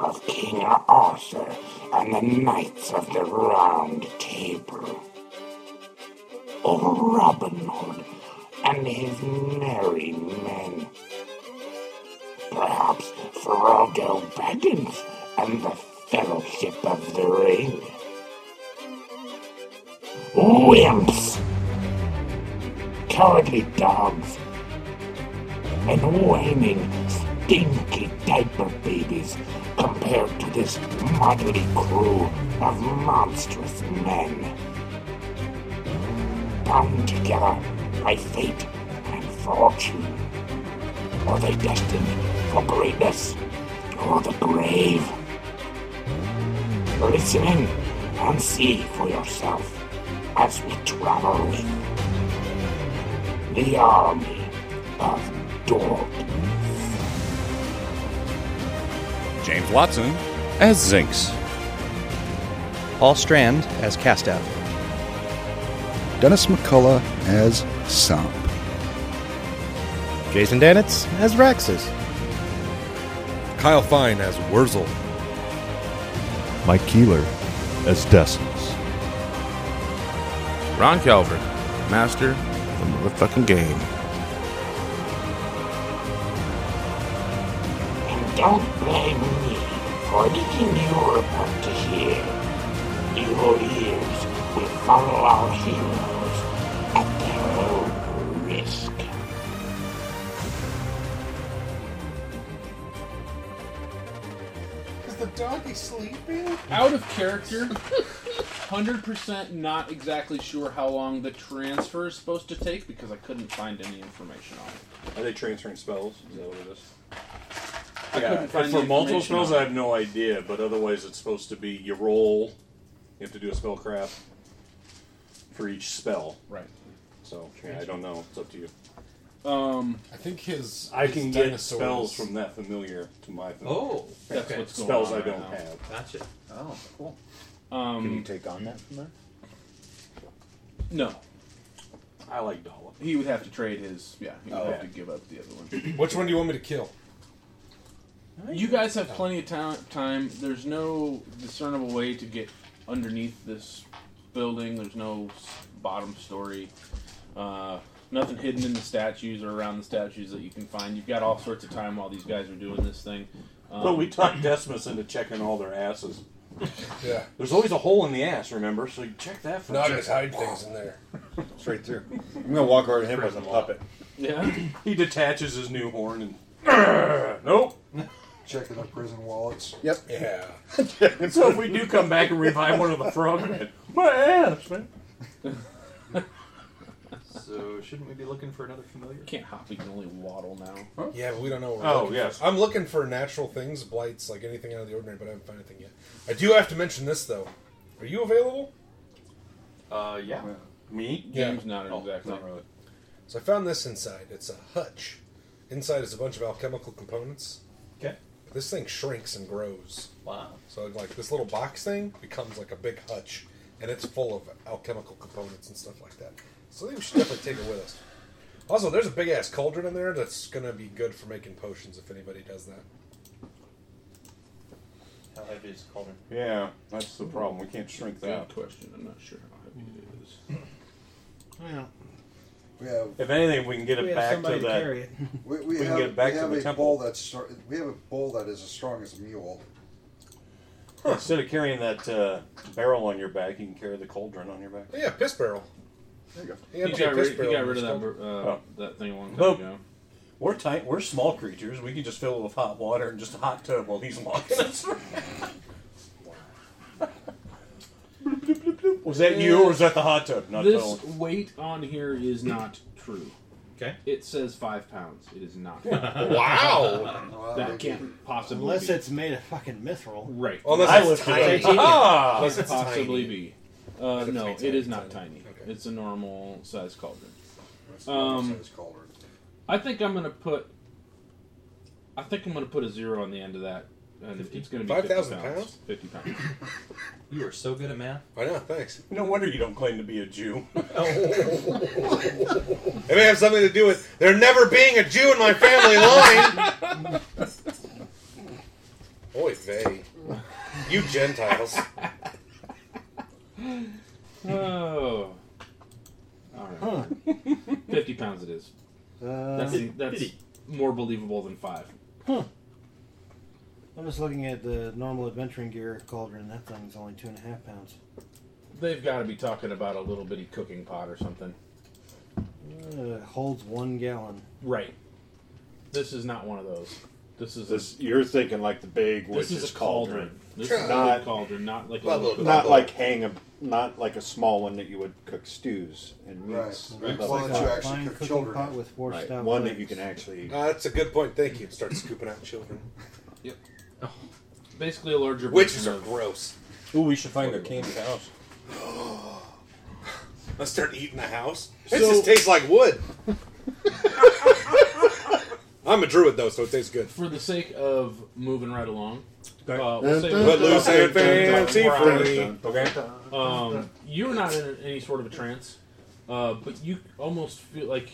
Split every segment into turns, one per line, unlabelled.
of King Arthur and the Knights of the Round Table? Or Robin Hood and his merry men? Perhaps Frodo Baggins and the Fellowship of the Ring? Wimps! Cowardly dogs! and whining, stinky diaper babies compared to this motley crew of monstrous men. Bound together by fate and fortune, are they destined for greatness or the grave? Listen in and see for yourself as we travel with the army of dogs.
James Watson as Zinx.
Paul Strand as Castaff.
Dennis McCullough as Sop.
Jason Danitz as Raxus.
Kyle Fine as Wurzel.
Mike Keeler as Destins.
Ron Calvert, master of the motherfucking game.
And don't blame me for anything you're about to hear. Your ears will follow our heroes at their own risk.
Is the doggy sleeping?
out of character. 100% not exactly sure how long the transfer is supposed to take because I couldn't find any information on it.
Are they transferring spells? Is that what it is?
I
Yeah,
couldn't
if
find
for
the
multiple
information
spells,
on
I have no idea. But otherwise, it's supposed to be you roll. You have to do a spell craft for each spell.
Right.
So yeah, I don't know. It's up to you.
Um,
I think his.
I
his
can get
dinosaurs-
spells from that familiar to my familiar.
Oh,
that's what's going
spells
on
I don't
right now.
have.
Gotcha. Oh, cool.
Um,
Can you take on that from there?
No.
I like Dollop.
He would have to trade his. Yeah, he would
Oh.
have to give up the other one.
Which one do you want me to kill?
You guys have plenty of ta- time. There's no discernible way to get underneath this building. There's no s- bottom story. Uh, nothing hidden in the statues or around the statues that you can find. You've got all sorts of time while these guys are doing this thing. Um,
But we talked Decimus into checking all their asses.
Yeah.
There's always a hole in the ass, remember? So you check that first.
Not just hide things in there.
Straight through. I'm gonna walk over to him as a puppet.
yeah.
He detaches his new horn and. nope.
Checking our prison wallets.
Yep.
Yeah.
So if we do come back and revive one of the frogmen, my ass, man.
So shouldn't we be looking for another familiar?
Can't hop. We can only waddle now.
Yeah, but we don't know. What we're
Oh,
looking for.
yes.
I'm looking for natural things, blights, like anything out of the ordinary, but I haven't found anything yet. I do have to mention this though. Are you available?
Uh, yeah.
Me?
Game's not exactly.
Not really.
So I found this inside. It's a hutch. Inside is a bunch of alchemical components.
Okay.
This thing shrinks and grows.
Wow.
So like this little box thing becomes like a big hutch, and it's full of alchemical components and stuff like that. So I think we should definitely take it with us. Also, there's a big ass cauldron in there that's gonna be good for making potions if anybody does that.
How heavy is the cauldron?
Yeah, that's the problem. We can't shrink
Good
that.
question. I'm not sure how heavy it is.
Well,
We have
If anything, we can get it
we have
back to
somebody to
that.
carry it.
we,
We
we,
can
have,
get back
we
to
have
the
a
temple.
bull that's star- we have a bull that is as strong as a mule.
Instead of carrying that uh, barrel on your back, you can carry the cauldron on your back.
Yeah, piss barrel.
There you go.
He,
He
had a
got,
big
rid,
piss
he
barrel
got
in
rid of
his
that
stomach.
uh,
Oh.
that thing a long time
Well,
ago.
We're tight. We're small creatures. We can just fill it with hot water and just a hot tub while he's walking us. around. Bloop, bloop, bloop, bloop. was that you or was that the hot tub? Not
this
totally.
weight on here is not true. Okay. It says five pounds. It is not.
Wow.
that can't possibly.
Unless
be.
it's made of fucking mithril.
Right.
I was thinking-
Unless it's possibly be. Uh, no, it is not tiny. It's a normal size cauldron.
That's a normal
Um,
size cauldron.
I think I'm gonna put. I think I'm gonna put a zero on the end of that, and it's gonna be fifty
5,000
pounds.
pounds?
Fifty pounds.
You are so good at math.
I know, thanks.
No wonder you don't claim to be a Jew.
It may have something to do with there never being a Jew in my family line. Oy vey. You Gentiles. Uh,
Oh. All right. Fifty pounds it is.
Uh,
that's that's more believable than five.
I'm just looking at the normal adventuring gear cauldron. That thing's only two and a half pounds.
They've got to be talking about a little bitty cooking pot or something.
Uh, holds one gallon.
Right. This is not one of those. This is
This, you're thinking like the big
This
witch's
is a
cauldron.
cauldron. This is a
not
big cauldron, not like a
not,
little cauldron.
like hang a not like a small one that you would cook stews and meats.
Right.
and stuff
Right. One
like
that you
that.
actually Fine cook cooking children pot in. with four
Right.
stout
One that
legs.
you can actually.
Uh, that's a good point. Thank you. Start scooping out children.
Yep. Basically, a larger.
Witches
version
are
of-
gross.
Ooh, we should find a candy house.
Let's start eating the house. It
So-
just tastes like wood. I'm a druid though, so it tastes good.
For the sake of moving right along,
Okay.
uh,
Dun,
we'll say
dun, Let dun, loose and dun, fancy dun, dun, free. dun,
Uh,
dun,
Okay.
dun, dun,
Um,
dun.
you're not in any sort of a trance, uh, but you almost feel like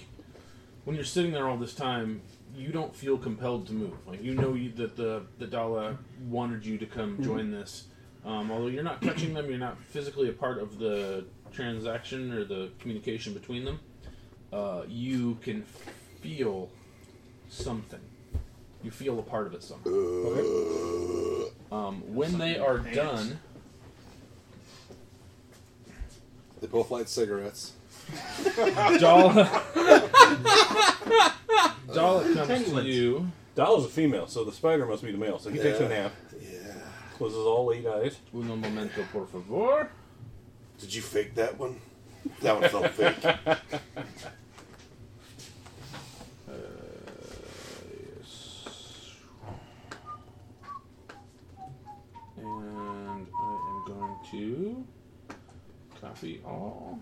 when you're sitting there all this time, you don't feel compelled to move. Like you know you, that the the Dala wanted you to come
Mm-hmm.
Mhm.
join this. Um, although you're not touching them, you're not physically a part of the transaction or the communication between them. Uh, you can feel something. You feel a part of it somehow.
Uh.
Um, when they are done,
They both light cigarettes.
Dala,
Dollar
comes to you.
Dollar's a female, so the spider must be the male. So he takes a
Yeah.
nap. Yeah. Closes all eight eyes.
Uno momento, por favor.
Did you fake that one? That one felt fake.
Uh, yes. And I am going to copy all.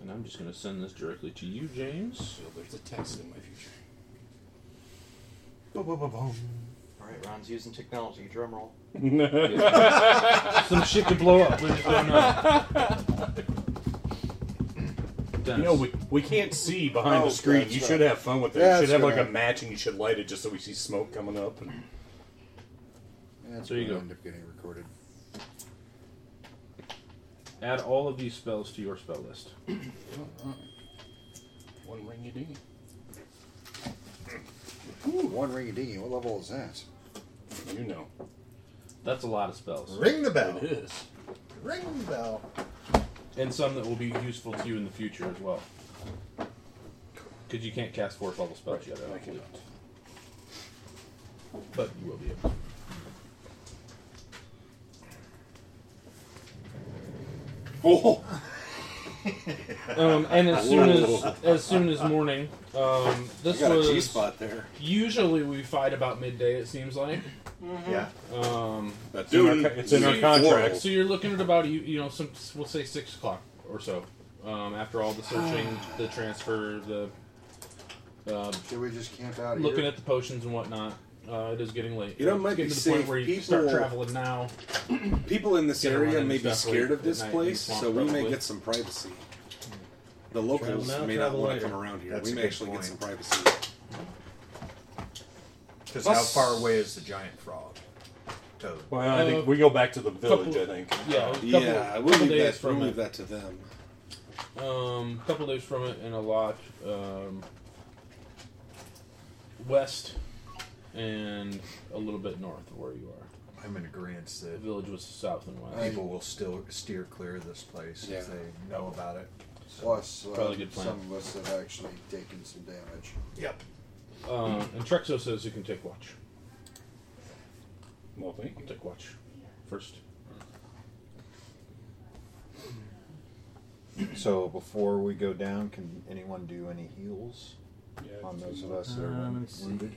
And I'm just going to send this directly to you, James. So
there's a text in my future.
All right, Ron's using technology. Drum roll.
Some shit could blow up. We just don't know.
You know, we, we can't see behind
Oh,
the screen.
that's
You
right.
should have fun with it.
That's
you should have like
right.
a match and you should light it just so we see smoke coming up. And...
That's
There you
gonna
go.
End up getting recorded.
Add all of these spells to your spell list.
One ring you ding.
Ooh, one ringy dingy. What level is that?
You know.
That's a lot of spells.
Ring the bell.
It is.
Ring the bell.
And some that will be useful to you in the future as well. Because you can't cast fourth level spells yet, I don't believe. But you will be able to.
Oh.
um, and as soon as as soon as morning, um, this
You got a
was
G-spot there.
Usually we fight about midday. It seems like.
Mm-hmm.
Yeah.
Um,
That's in our Dude, co- it's in our
so you-
contract.
So you're looking at about you you know some we'll say six o'clock or so. Um, after all the searching, the transfer, the. Um,
Should we just camp out
Looking
here?
at the potions and whatnot, uh, it is getting late.
You know, it
It's
might
getting
be
to the point
safe.
where you
People-
start traveling now.
People in this
Gonna run
area
into
may be
stuff
scared
late
of this
at night in the
place,
swamp,
so we may
probably.
get some privacy. The locals
Travel now,
may not
travel
want to
later.
come around here.
That's
we
a
may
good
actually
point.
get some privacy.
Because
Plus-
how far away is the giant frog? Toad.
Well, I think we go back to the village,
couple-
I think.
Yeah, a couple-
yeah, we'll
couple
leave,
days
that, we'll
from
leave
it.
that to them.
Um, a couple days from it in a lot um, west and a little bit north of where you are.
I'm in agreement that the
village was south and west.
People will still steer clear of this place if they know about it.
Plus, uh,
Probably a good plan.
some of us have actually taken some damage.
Yep.
Uh, and Trexo says you can take watch.
Well, thank you.
Take watch first.
So before we go down, can anyone do any heals on those of
Uh,
us that are
Um,
wound- wounded?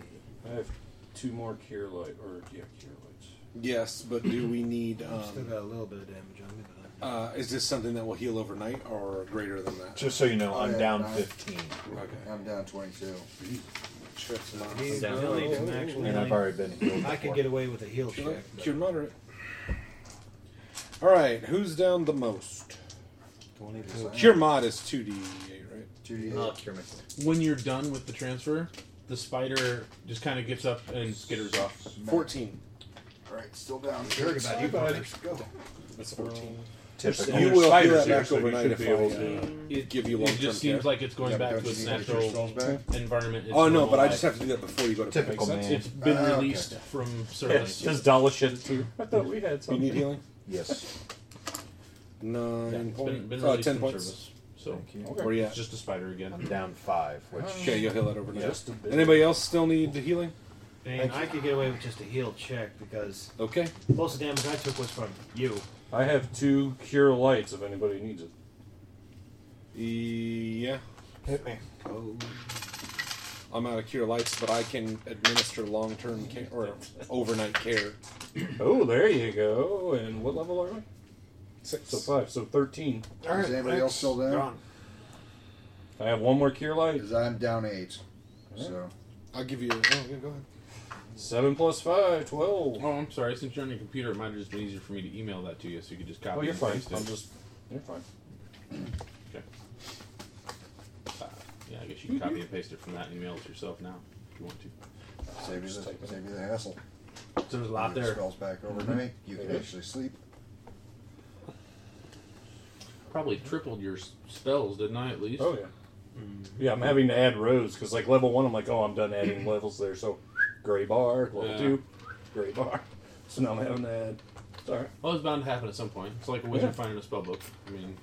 I have two more cure light, or yeah, cure lights.
Yes, but do we need?
I've
Um,
still
got a little bit of damage on me. Uh, is this something that will heal overnight or greater than that?
Just so you know, I'm down
I-
15.
Okay,
I'm down 22.
Shit's not-
He's really didn't actually
And I've already been healed
I
before.
could get away with a heal
Cure-
check. but-
Cure moderate. All right, who's down the most?
Uh,
Cure mod is two d eight, right?
Two d
Uh,
eight.
When you're done with the transfer, the spider just kind of gets up and skitters off.
14.
All right, still down.
Heard about
Sorry,
you, bud.
Go.
That's fourteen.
Typical.
You will heal
Spiders
that
here,
back
so you
overnight
should
if
be
I
able
uh,
to-
give you
It
long
just seems like it's going back to its natural environment, its
oh no,
normal
but I
life.
just have to do that before you go to bed.
Typical
Makes sense?
man. It's been Ah, okay. released from service.
Yeah.
Does Dala shit
You-
too? I thought we had
You need
something.
healing?
Yes.
Nine
Yeah,
points.
it's been- been
uh,
released
ten
from
points.
service, so- oh, Thank you.
Where you at?
It's just a spider again.
I'm down five. Which
Okay, you'll heal that overnight.
Just a bit.
Anybody else still need the healing?
And I could get away with just a heal check because
okay,
most of the damage I took was from you.
I have two cure lights if anybody needs it.
Yeah. Hit me. I'm out of cure lights, but I can administer long-term care or overnight care.
Oh, there you go. And what level are we?
Six.
So five. So thirteen.
All right, Is anybody else still down? gone.
I have one more cure light. Because
I'm down eight.
So
I'll give you. Oh, yeah, go ahead.
seven plus five, twelve.
Oh, I'm sorry. Since you're on your computer, it might have just been easier for me to email that to you, so you could just copy.
Oh, you're
and
fine.
paste it.
I'm just- you're fine.
Okay. Uh, yeah, I guess you can copy and paste it from that and email it yourself now if you want to.
Save you the, save you the hassle.
So there's a lot
Your
there.
Spells back
Mm-hmm.
overnight. You can actually sleep.
Probably tripled your s- spells, didn't I? At least.
Oh, yeah. Yeah, I'm having to add rows because like level one, I'm like, oh, I'm done adding levels there. So gray bar, level
Yeah.
two, gray bar. So now I'm having to add. Sorry.
Well, it's bound to happen at some point. It's like a wizard
Yeah.
finding a spell book. I mean.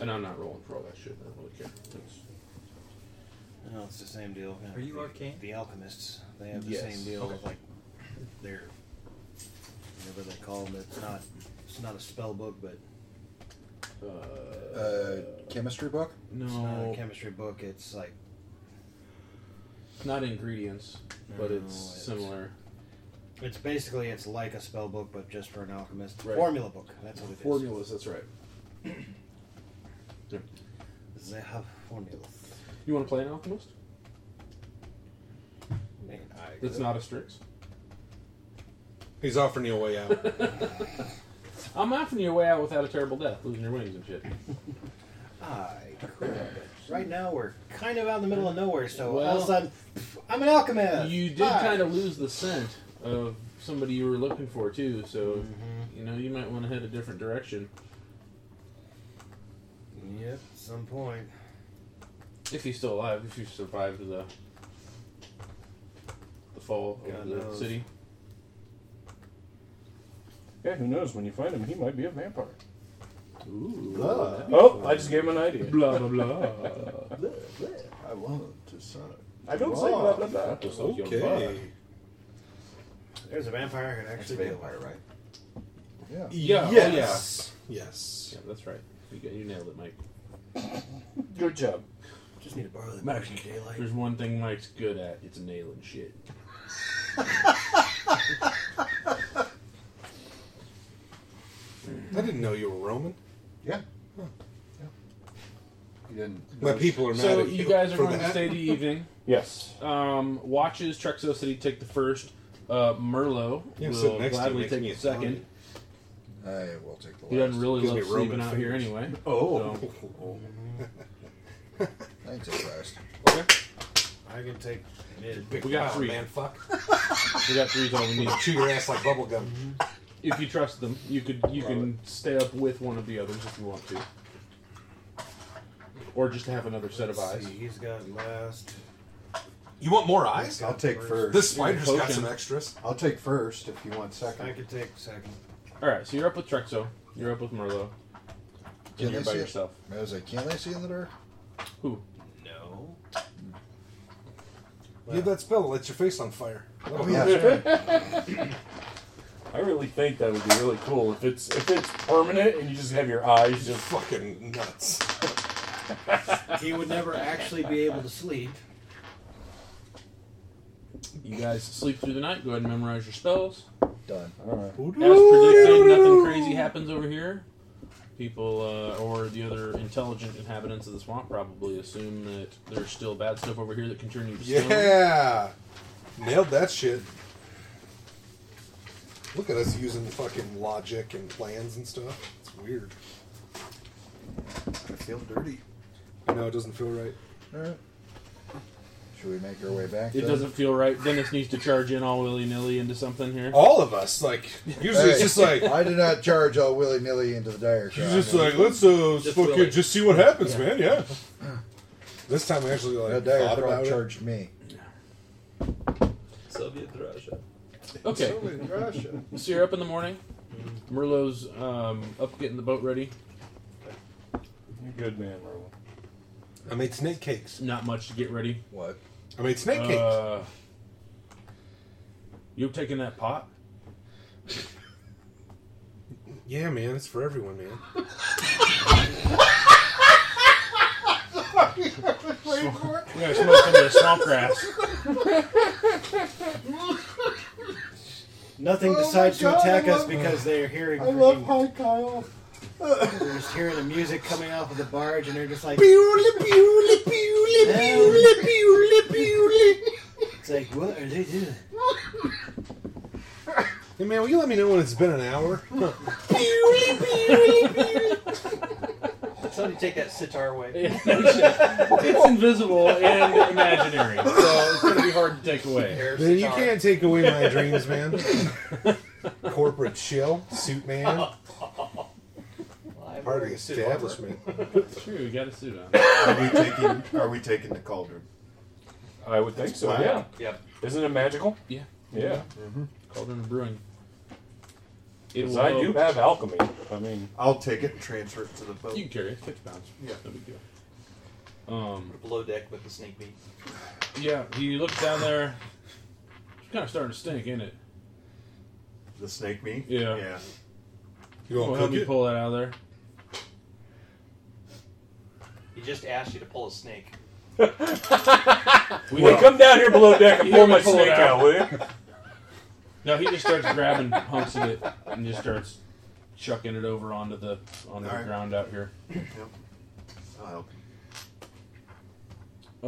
And I'm not rolling for all that shit. I don't really care. It's-
No, it's the same deal.
Are you
The-
arcane?
The alchemists, they have the
Yes.
same deal
Okay.
with like their whatever they call them. It's not it's not a spell book, but
Uh, chemistry book?
it's not
No.
a chemistry book. It's like
It's not ingredients, but
No,
it's
it's-
similar.
it's basically it's like a spell book, but just for an alchemist.
Right.
Formula book. That's what it is.
Formulas, that's right.
They have formulas.
You want to play an alchemist?
Man, I
That's not a Strix.
He's offering you a way out.
I'm offering you a way out without a terrible death, losing your wings and shit.
I Right now we're kind of out in the middle of nowhere, so all of
Well-
a sudden pff, I'm an alchemist.
You did
Hi.
kind of lose the scent of somebody you were looking for too, so you know you might want to head a different direction
Yep, some point.
if he's still alive. If you survived the the fall
God
of the
knows.
city,
Yeah, who knows? When you find him, he might be a vampire.
Ooh.
Oh, I just gave him an idea.
Blah, blah, blah.
I want to sign.
I don't say blah, blah, blah.
Okay.
There's a vampire I can actually
That's a
deal
vampire,
with.
right?
Yeah.
Yeah.
Yes.
Yes. Oh, Yeah, that's right. You, got, you nailed it, Mike.
Good job.
Just need to borrow the
Mike's There's one thing Mike's good at. It's nailing shit.
I didn't know you were Roman.
Yeah. You didn't.
My people are mad
So
at
you guys are
for
going to
that.
stay the evening.
Yes.
Um, watches Trexo City take the first. Uh, Merlo
Yeah, sit
will
next to you,
gladly
makes
take
me
the second.
funny.
I will take the last.
He doesn't really
Gives
love
me
sleeping
Roman
out here
fingers.
anyway.
Oh.
so-
Thanks, surprised.
I can take mid.
we got
Wow,
three.
man, fuck.
we got three is all we need.
Chew your ass like bubble gum.
If you trust them, you could you can stay up with one of the others if you want to, or just have another set of eyes.
See, he's got last.
You want more eyes?
I'll take first.
This spider's got
Potion.
some extras.
I'll take first if you want
I
second.
could take second.
All right, so you're up with Trexo. You're up with Merlo.
Can
And
they
you're by
see it?
yourself.
I was like, can they see in the dark?
Who?
No.
You have that spell that lights your face on fire.
Oh, yeah, that's right.
I really think that would be really cool if it's if it's permanent and you just have your eyes just fucking nuts.
he would never actually be able to sleep.
You guys sleep through the night. Go ahead and memorize your spells.
Done.
As predicted, nothing crazy happens over here. People uh, or the other intelligent inhabitants of the swamp probably assume that there's still bad stuff over here that can turn you to stone.
Yeah, nailed that shit. Look at us using fucking logic and plans and stuff. It's weird.
I feel dirty.
No, it doesn't feel right.
All right. Should we make our way back?
It doesn't feel right. Dennis needs to charge in all willy nilly into something here.
All of us, like
Hey, I did not charge all willy nilly into the dire.
He's
shop.
just like, let's uh,
Just
fucking
Willie.
just see what happens,
Yeah.
man. Yeah. This time I actually like
That dire
thought
throat
about it.
charged me.
Soviet Russia. Okay.
Soviet Russia.
So you're up in the morning. Merlo's um, up getting the boat ready.
You're good man, Merlo.
I made snake cakes.
Not much to get ready.
What? I made snake cakes.
Uh, you taking that pot?
Yeah, man, it's for everyone, man.
We're gonna smoke into the swamp grass.
Nothing
Oh my
decides to
God,
attack
I
us
love-
because they are hearing.
I love
freaking-
Hi Kyle.
They're just hearing the music coming off of the barge, and they're just like. It's like, what are they doing?
Hey, man, will you let me know when it's been an hour?
Somebody take that sitar away.
it's invisible and imaginary, so it's gonna be hard to take away.
Man, you can't take away my dreams, man. Corporate shill, suit man. Part of the establishment.
True, you got a suit on.
Are we taking? Are we taking the cauldron?
I would think so.
Wow.
Yeah.
Yep.
Isn't it magical?
Yeah. Mm-hmm.
Yeah.
Cauldron of Brewing.
'Cause I do have alchemy. I mean,
I'll take it and transfer it to the boat.
You can carry it. Six pounds.
Yeah.
No big deal. Um,
below deck with the snake meat.
Yeah, he looks down there. It's kind of starting to stink, isn't it?
The snake meat.
Yeah.
Yeah.
You gonna
Well, help
cook
me
it?
pull that out of there.
He just asked you to pull a snake.
We
Hey, come down here below deck and
He
pull
let me
my snake
it
out, will you?
No, he just starts grabbing hunks of it and just starts chucking it over onto the onto the
Alright.
ground out here.
Yep. I'll
Oh,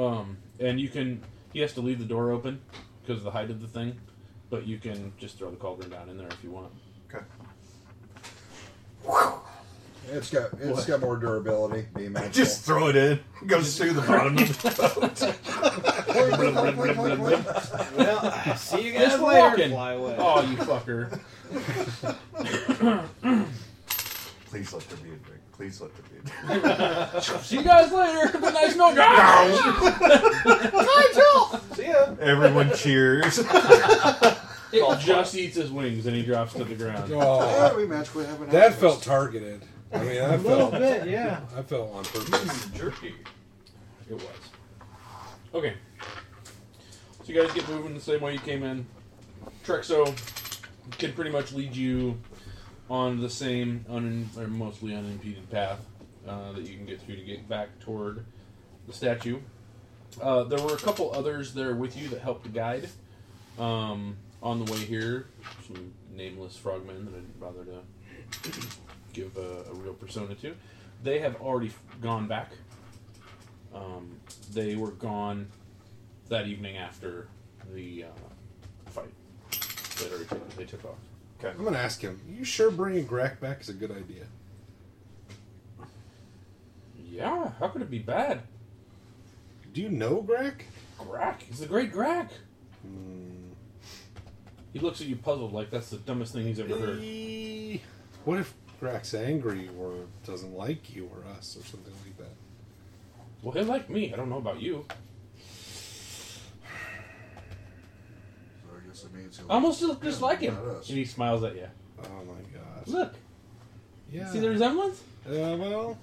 help.
Um, and you can he has to leave the door open because of the height of the thing, but you can just throw the cauldron down in there if you want.
Okay.
It's got it's
What?
got more durability. Be mindful.
Just throw it in. It Goes through the bottom of the boat.
Well, see you guys
Just
later.
walking.
Fly away.
Oh, you fucker.
Please let there be a drink. Please let there be a drink.
See you guys later. Have a nice night, guys.
See ya.
Everyone cheers.
It just eats his wings and he drops to the ground.
Oh.
we magically have an
That
outburst.
felt targeted. I mean, I
A
felt,
little bit, yeah.
I felt on purpose.
Jerky. It was. Okay. So you guys get moving the same way you came in. Trexo can pretty much lead you on the same, un- or mostly unimpeded path uh, that you can get through to get back toward the statue. Uh, there were a couple others there with you that helped guide um, on the way here. Some nameless frogmen that I didn't bother to give a, a real persona to. They have already f- gone back. Um, they were gone that evening after the uh, fight. They already took, they took off.
I'm gonna ask him. You sure bringing Grack back is a good idea?
Yeah, how could it be bad?
Do you know Grack?
Grack, he's the great Grack.
Hmm.
He looks at you puzzled, like that's the dumbest thing he's ever heard.
Eh, What if Grack's angry or doesn't like you or us or something like that?
Well, he liked me. I don't know about you.
So I guess it means he'll-
I almost look just
Yeah,
like him.
not
And
us.
he smiles at you.
Oh my gosh.
Look.
Yeah.
See the resemblance?
Uh, well,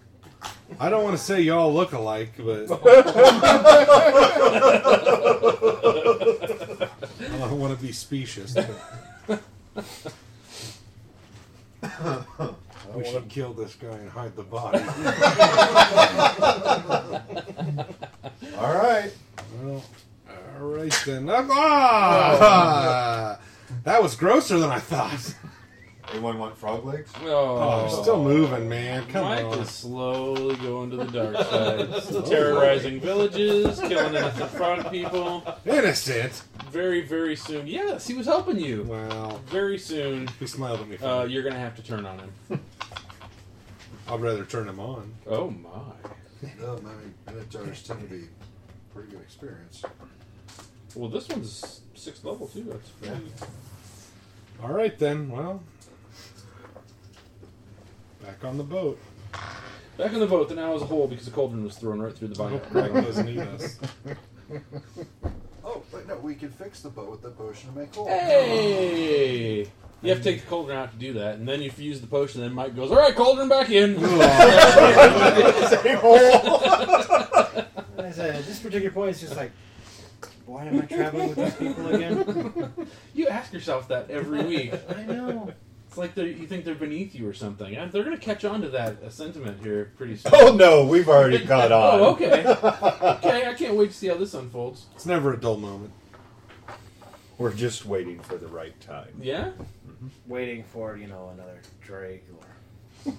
I don't want to say y'all look alike, but I don't want to be specious. but- we
wanna
should kill this guy and hide the body.
All right.
Well, all right then. Ah! that was grosser than I thought.
Anyone want frog legs?
Oh, I'm still moving, man. Come
Mike
on.
is slowly going to the dark side, Still terrorizing villages, killing innocent frog people.
Innocent?
Very, very soon. Yes, he was helping you.
Wow.
Very soon.
He smiled at me.
Uh, you're gonna have to turn on him.
I'd rather turn him on.
Oh my.
No, my minotaurs tend to be pretty good experience.
Well, this one's sixth level too. That's pretty.
All right then. Well, back on the boat.
Back in the boat, the now is a hole because the cauldron was thrown right through the vine.
Hope Greg doesn't eat us.
Oh, but no, we can fix the boat with the potion to make hole.
Hey! You have to take the cauldron out to do that, and then if you use the potion, then Mike goes, Alright, cauldron back in!
Oh,
I said, at this particular point, it's just like, why am I traveling with these people again?
you ask yourself that every week.
I know.
It's like they're, you think they're beneath you or something. And they're going to catch on to that uh, sentiment here pretty soon.
Oh, no, we've already caught on.
oh, okay. okay, I can't wait to see how this unfolds.
It's never a dull moment.
We're just waiting for the right time.
Yeah?
Waiting for, you know, another Drake or.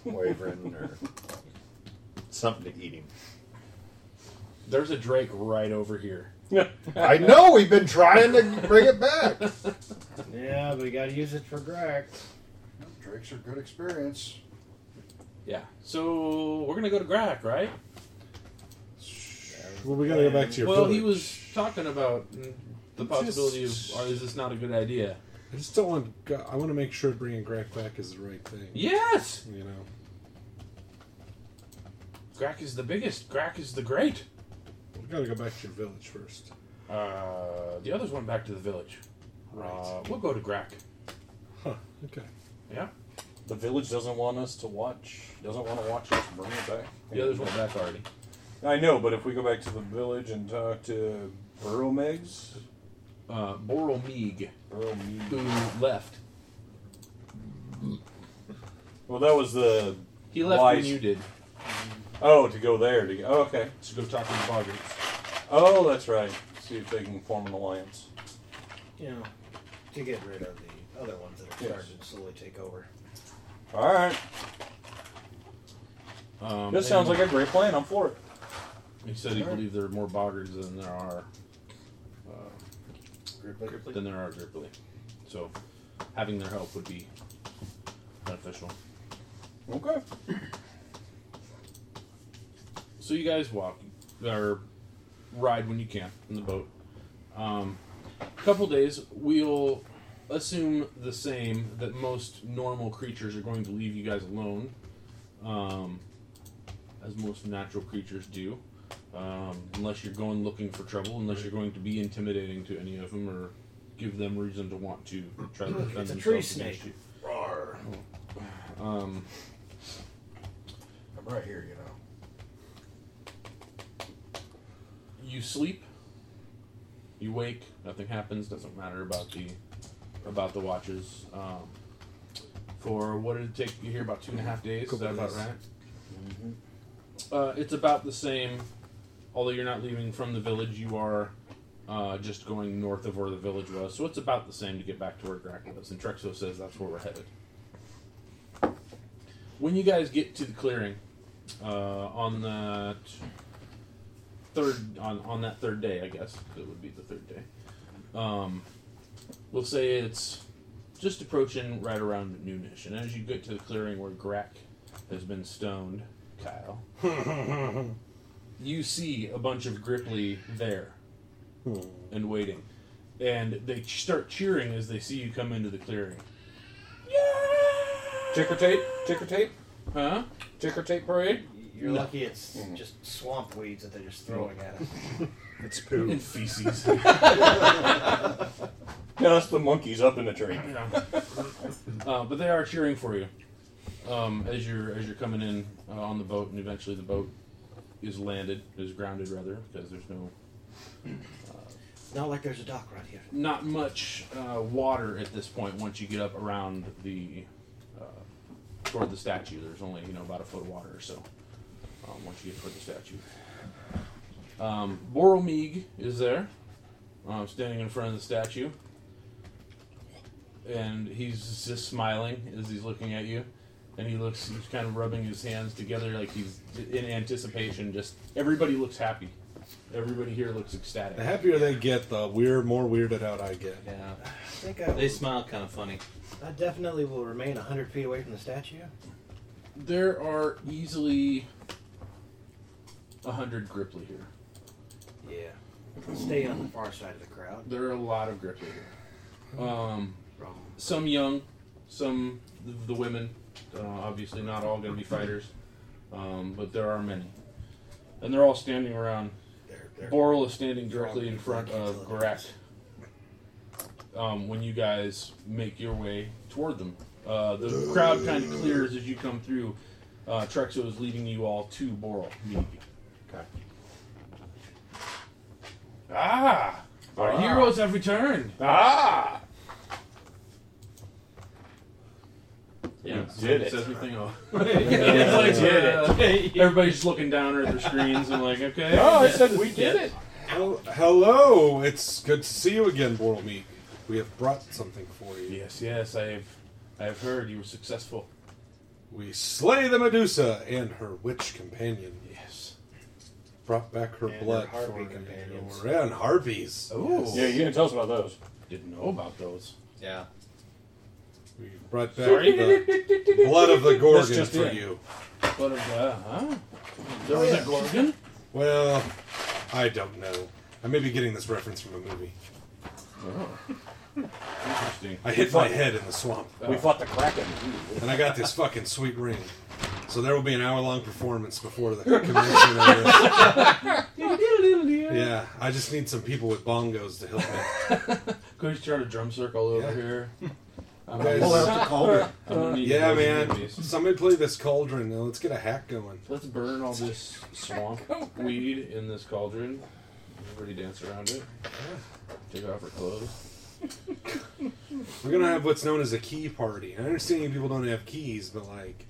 Wavering or something to eat him.
There's a Drake right over here.
I know we've been trying to bring it back.
Yeah, but you gotta use it for Greg.
Drakes are good experience.
Yeah. So we're going to go to Grack, right?
Well, we gotta go back to your.
Well, he
village.
was talking about mm, the
Just-
possibility of, or is this not a good idea?
I just don't want. go- I want to make sure bringing Greg back is the right thing.
Yes!
You know.
Grack is the biggest. Grack is the great.
We gotta go back to your village first.
Uh, the others went back to the village. Right. Uh, we'll go to Grack.
Huh. Okay.
Yeah.
The village doesn't want us to watch. Doesn't want to watch us bring it back.
The others went back already.
I know, but if we go back to the village and talk to Boromeg's,
Uh, Boromig, who left.
well, that was the
He left
wise-
when you did.
Oh, to go there to go. Oh, okay.
To go talk to the Boggarts.
Oh, that's right. See if they can form an alliance.
You know, to get rid of the other ones that are
Yes.
starting to slowly take over.
All right.
Um,
this sounds
and-
like a great plan. I'm for it.
He said he
Sure.
believed there are more Boggards than there are. Uh,
Gripply?
Than there are Gripply. So, having their help would be beneficial.
Okay.
So you guys walk or ride when you can in the boat. Um, couple days, we'll assume the same that most normal creatures are going to leave you guys alone, um, as most natural creatures do, um, unless you're going looking for trouble, unless you're going to be intimidating to any of them or give them reason to want to try to defend
It's a
themselves
tree
against
snake.
you. Um,
I'm right here, you know.
you sleep you wake nothing happens doesn't matter about the about the watches um, for what did it take you here about two and a half days is that about right uh, it's about the same although you're not leaving from the village you are uh, just going north of where the village was so it's about the same to get back to where Grack was and Trexo says that's where we're headed when you guys get to the clearing uh, on the third on on that third day, I guess it would be the third day. Um, we'll say it's just approaching right around noonish, and as you get to the clearing where Grack has been stoned, Kyle, you see a bunch of Gripply there
Hmm.
and waiting, and they start cheering as they see you come into the clearing.
Ticker tape. Ticker tape.
Huh?
Ticker tape parade.
You're
No.
lucky it's just swamp weeds that they're just throwing at us.
It's poo.
And feces.
Yeah, that's the monkeys up in the tree.
uh, but they are cheering for you um, as you're as you're coming in uh, on the boat, and eventually the boat is landed, is grounded rather, because there's no
It's not like there's a dock right here.
not much uh, water at this point once you get up around the uh, toward the statue. There's only you know about a foot of water or so um, once you get toward the statue. Um, Boromig is there, um, standing in front of the statue, and he's just smiling as he's looking at you. And he looks, he's kind of rubbing his hands together like he's in anticipation. Just everybody looks happy. Everybody here looks ecstatic.
The happier they get, the weird, more weirded out I get.
Yeah.
think I
They
will-
smile kind of funny.
I definitely will remain 100 feet away from the statue.
There are easily a hundred Gripply here.
Yeah. Stay on the far side of the crowd.
There are a lot of Gripply here. Um, some young, some the, the women. Uh, obviously, not all going to be fighters, um, but there are many, and they're all standing around. Boral is standing directly in front of Garak. Um, when you guys make your way toward them, uh, the crowd kind of clears as you come through. Uh, Trexo is leading you all to Boral. Okay. Ah, our
Ah.
heroes have returned.
Ah!
Yeah,
You did
it's
it.
everything off.
You
It's like,
did
uh,
it.
Everybody's just looking down at their screens and like, okay.
No, I said
we did it.
Hel- Hello, it's good to see you again, Boromir. We have brought something for you.
Yes, yes, I have. I have heard you were successful.
We slay the Medusa and her witch companion.
Yes.
Brought back her
And
blood
her harpy
for
companions.
Your, and harpies.
Ooh.
Yes.
Yeah, you didn't tell us about
those.
Didn't know about those.
Yeah.
We brought back
Sorry?
the blood of the
That's
Gorgon
just
for
it.
you.
Blood of the uh, huh? There was a Gorgon.
Well, I don't know. I may be getting this reference from a movie.
Oh. Interesting.
I hit my head in the swamp. Oh.
We fought the Kraken.
and I got this fucking sweet ring. So there will be an hour long performance before the convention. over. yeah, I just need some people with bongos to help me.
Cody's trying to drum circle over here. I'm
Guys-
I'm gonna need
yeah,
those
man.
movies.
Somebody play this cauldron. Now let's get a hack going.
Let's burn all this swamp weed in this cauldron. Everybody dance around it. Take off her clothes.
We're gonna have what's known as a key party. I understand you people don't have keys, but like,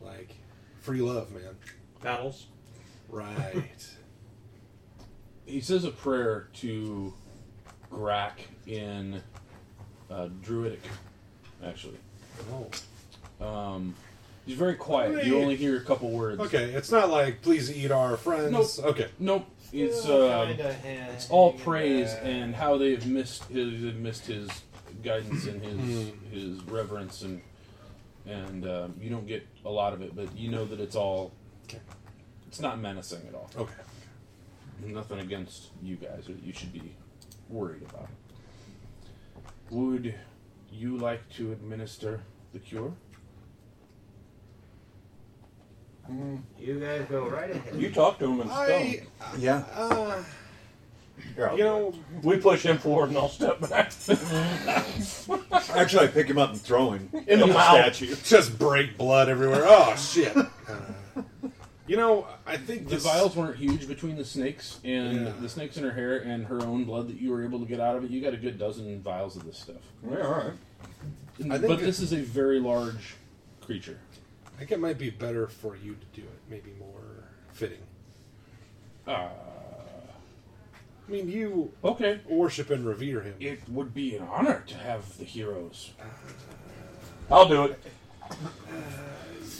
like, free love, man.
Battles.
Right.
He says a prayer to Grak in uh, Druidic, actually. Oh. Um, he's very quiet. You only hear a couple words.
Okay, it's not like please eat our friends.
Nope.
Okay.
Nope. It's
Oh,
Still
um,
kinda
it's all praise and how they have missed his have missed his guidance and his his reverence and and um, you don't get a lot of it, but you know that it's all it's not menacing at all.
Okay.
Nothing against you guys that you should be worried about. Would you like to administer the cure?
You guys go right ahead.
You talk to him and
I-
stuff.
Yeah. Uh,
Here, I'll
you
do
know,
it. we push him forward and I'll step back.
Actually, I pick him up and throw him
In the
at
mouth.
statue.
Just break blood everywhere. Oh shit. You know, I think
the
this-
vials weren't huge between the snakes and
Yeah.
the snakes in her hair and her own blood that you were able to get out of it. You got a good dozen vials of this stuff.
Yeah, all right. I think
but
it-
this is a very large creature.
I think it might be better for you to do it. Maybe more fitting.
Uh,
I mean, you
okay
worship and revere him.
It would be an honor to have the heroes.
I'll do it.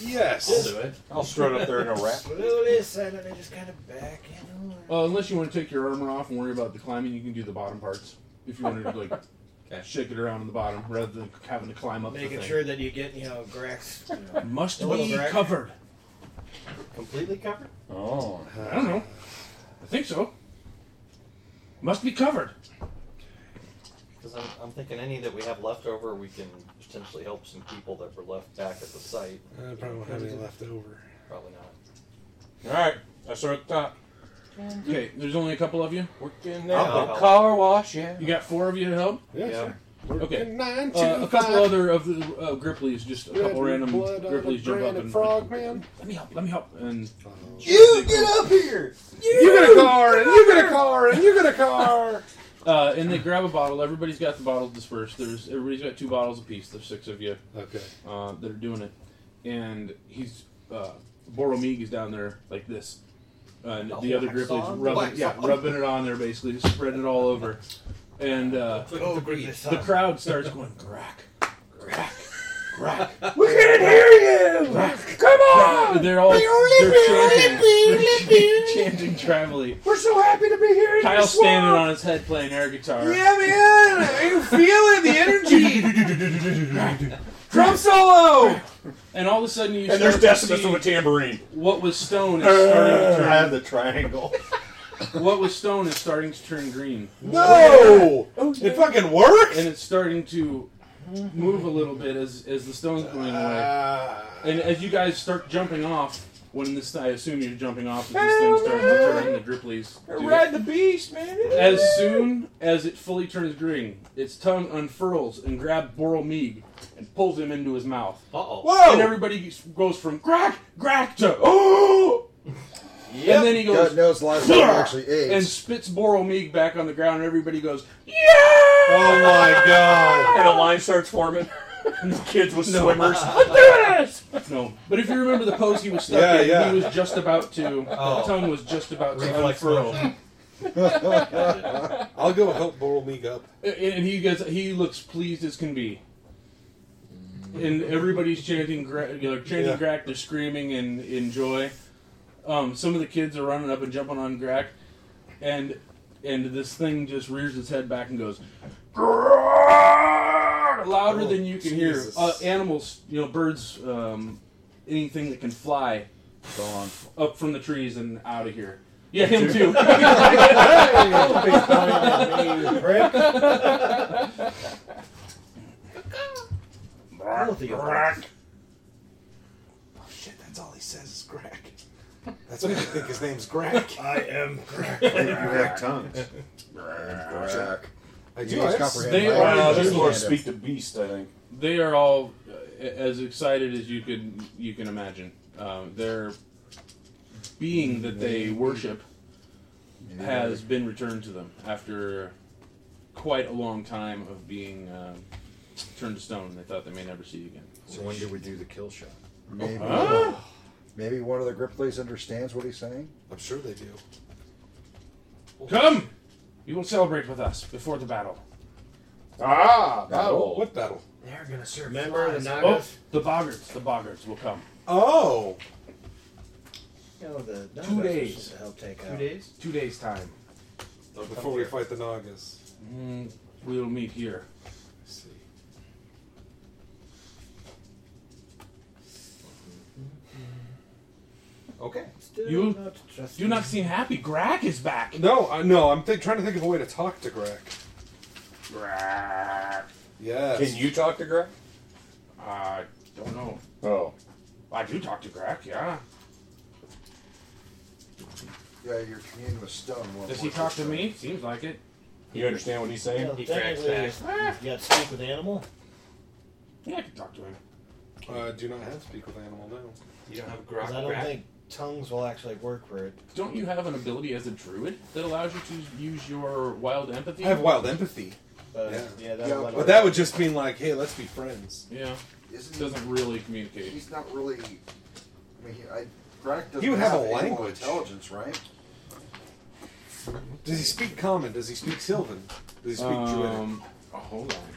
Yes.
I'll do it. I'll strut up there in a wrap.
Slowly, silently, just kind of back in.
Uh, unless you want to take your armor off and worry about the climbing, you can do the bottom parts. If you wanted to like shake it around on the bottom rather than having to climb up. the
Making
thing.
sure that you get, you know, Grex. You know,
Must
a little
be
Grex.
covered.
Completely covered?
Oh.
I don't know. I think so. Must be covered.
Because I'm, I'm thinking any that we have left over, we can potentially help some people that were left back at the site.
I probably won't have any left over.
Probably not.
All right. I start at the top.
Okay, there's only a couple of you.
Working
now.
I'll car wash, yeah.
You got four of you to help.
Yeah, Yeah. sure. We're
Okay.
getting nine,
Uh,
two,
a couple
five.
other of the uh, Gripplies, just a couple
Red
random
blood on a
Gripplies jump up
branded
and
frog, man.
Let me help. Let me help. And
You get up here.
You get a car, and you get a car, and you get a car.
Uh, and they grab a bottle. Everybody's got the bottles dispersed. There's everybody's got two bottles apiece. There's six of you.
Okay.
Uh, that are doing it, and he's uh, Boromig is down there like this. Uh, and
The
the other
whole
Griffley's
Haxon?
rubbing, yeah,
Haxon.
rubbing it on there basically, just spreading it all over. And uh,
Oh, great.
the crowd starts going crack, crack, crack.
We can't hear you! Come on!
They're all they're chanting, they're chanting tribally.
We're so happy to be here in
Kyle's
the swamp.
standing on his head playing air guitar.
Yeah, man! Are you feeling the energy? Drum solo!
And all of a sudden you
And
start
there's Decimus
to see
with a tambourine.
What was stone is
Uh,
starting to turn.
I have
the triangle. what was stone is starting to turn green.
No! It fucking worked?
And it's starting to move a little bit as as the stone's going away. And as you guys start jumping off, when this I assume you're jumping off as this thing starts to turn, the Gripplies. do it.
Ride the beast, man!
As soon as it fully turns green, its tongue unfurls and grabs Boromig and pulls him into his mouth. Uh-oh.
Whoa!
And everybody goes from crack, crack to oh! And then he goes,
God knows livestock
"Grr!"
actually ate.
and spits Boromig back on the ground, and everybody goes, yeah!
Oh my god! And a line starts forming. Kids with
No.
swimmers.
Let's do this! No, but if you remember the pose he was stuck
Yeah,
in,
yeah.
he was just about to,
Oh.
the tongue was just about to
Reflex
unfurl.
motion. I'll go help Boromig up.
And, and he gets he looks pleased as can be. And everybody's chanting, gra- you know, chanting
Yeah.
Grack. They're screaming in, in joy. Um, some of the kids are running up and jumping on Grack, and and this thing just rears its head back and goes
Ah!
"Grrrr!" louder than you can hear.
Jesus.
Uh, animals, you know, birds, um, anything that can fly, gone up from the trees and out of here. Yeah, him too.
Crack. Oh shit, that's all he says is crack. That's what I think his name's Grack. I am Grack.
I think you have tongues. Grack.
I
You
do.
guys
I have
comprehend
They
language.
are
Oh,
Uh, this is more
Canada.
speak
to beast, I think.
They are all uh, as excited as you could you can imagine. Um, their being that they worship has been returned to them after quite a long time of being uh, turned to stone. They thought they may never see you again.
So when do we do the kill shot?
Maybe,
Huh?
maybe one of the Gripleys understands what he's saying.
I'm sure they do.
Come, you will celebrate with us before the battle.
Ah, battle. What battle?
They're gonna serve.
Remember
flies.
Oh, the boggards. The boggards will come.
Oh.
You know, the Nagas
Two
were
days.
supposed to help take
Two
out.
days? Two days time.
Before we fight the Nagas.
Mm, we'll meet here.
see. Okay.
You do not seem happy. Grack is back.
No, I, no. I'm think, trying to think of a way to talk to Grack. Yes.
Can you talk to Greg?
I Uh, don't know.
Oh.
I do talk to Grack, yeah.
Yeah, you're communing with stone. won't
Does he
work
talk
this time.
to me? Seems like it.
You understand what he's saying?
Well, technically,
ah!
if you got to speak with animal.
Yeah, I can talk to him.
Uh, do not have to speak with animal now.
You don't have Because I don't think tongues will actually work for it.
Don't you have an ability as a druid that allows you to use your wild empathy?
I have wild empathy.
But,
yeah.
yeah, that
Yeah,
would-
but that would just mean like, hey, let's be friends.
Yeah.
Isn't he-
Doesn't really communicate.
He's not really. I mean, he, I, Greg doesn't
He would have a
animal
language.
intelligence, right?
Does he speak common? Does he speak Sylvan? Does he speak Druidic?
Um, oh, hold on.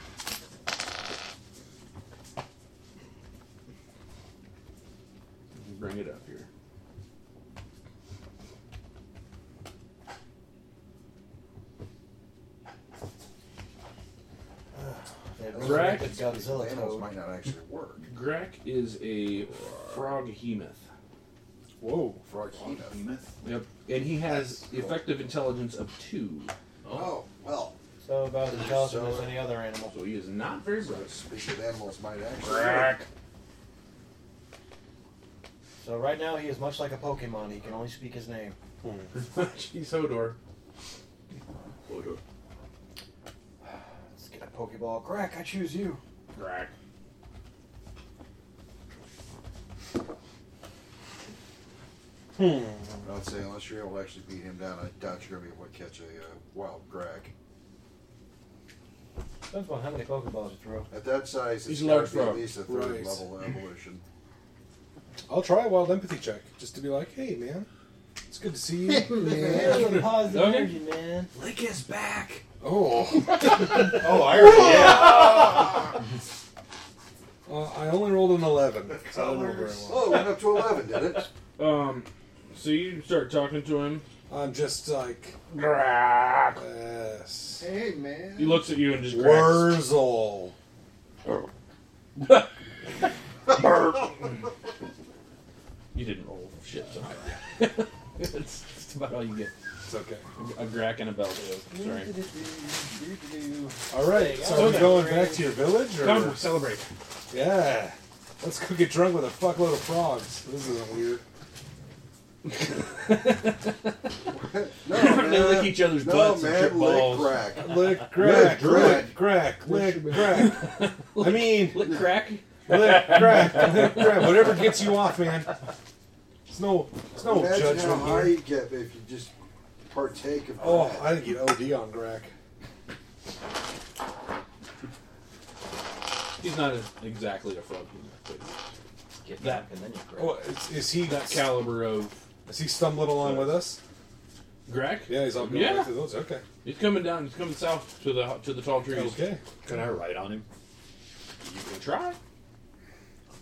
Bring it up here. Grack-
Animals might not actually work.
Grack is a frog hemoth.
Whoa,
frog hemoth.
Yep. And he has effective intelligence of two.
Oh well.
So about as intelligent as
So-
any other animal.
So he is not very bright.
Speaking of animals, might actually.
Grack.
So right now he is much like a Pokemon. He can only speak his name.
Jeez, Hodor. Hodor.
Let's get a Pokeball. Crack, I choose you.
Grack.
I'd say unless you're able to actually beat him down, I doubt you're gonna be able to catch a uh, wild Greg.
Depends on how many Pokeballs you throw.
At that size,
He's
it's
a large
gotta be at least
frog.
a third
Right.
level of evolution.
I'll try a wild empathy check just to be like, hey, man, it's good to see you.
Man. Positive
Okay.
energy, man. Lick his back.
Oh.
Oh,
I
already-
uh, I only rolled an 11. So I didn't roll very well.
Oh, it went up to 11, did it?
Um, so you start talking to him.
I'm just like, yes.
Hey, man.
He looks at you and just cracks.
Wurzel.
You didn't roll for shit tonight. That's just about all you get.
It's okay.
A grack and a bell. Sorry.
All right, so are we going back to your village? Or?
Come, celebrate.
Yeah. Let's go get drunk with a fuckload of frogs. This is weird.
Oh,
No, man. no, man, lick Crack.
Lick crack. Lick
Lick
crack.
crack.
Lick crack. I mean,
lick crack.
Lick crack. Lick crack. Whatever gets you off, man. It's no, it's no
Imagine
judgment
how high
here.
you get if you just partake of
Oh,
that.
I think you'd OD on Grack.
He's not a- exactly a frog. He's
Get drunk
That-
and then you crack.
Oh, is, is he
that caliber of?
Is he stumbling along with us?
Grack?
Yeah, he's all going
Yeah.
right through those. Okay.
He's coming down. He's coming south to the to the tall trees.
Okay.
Can I ride on him?
You can try.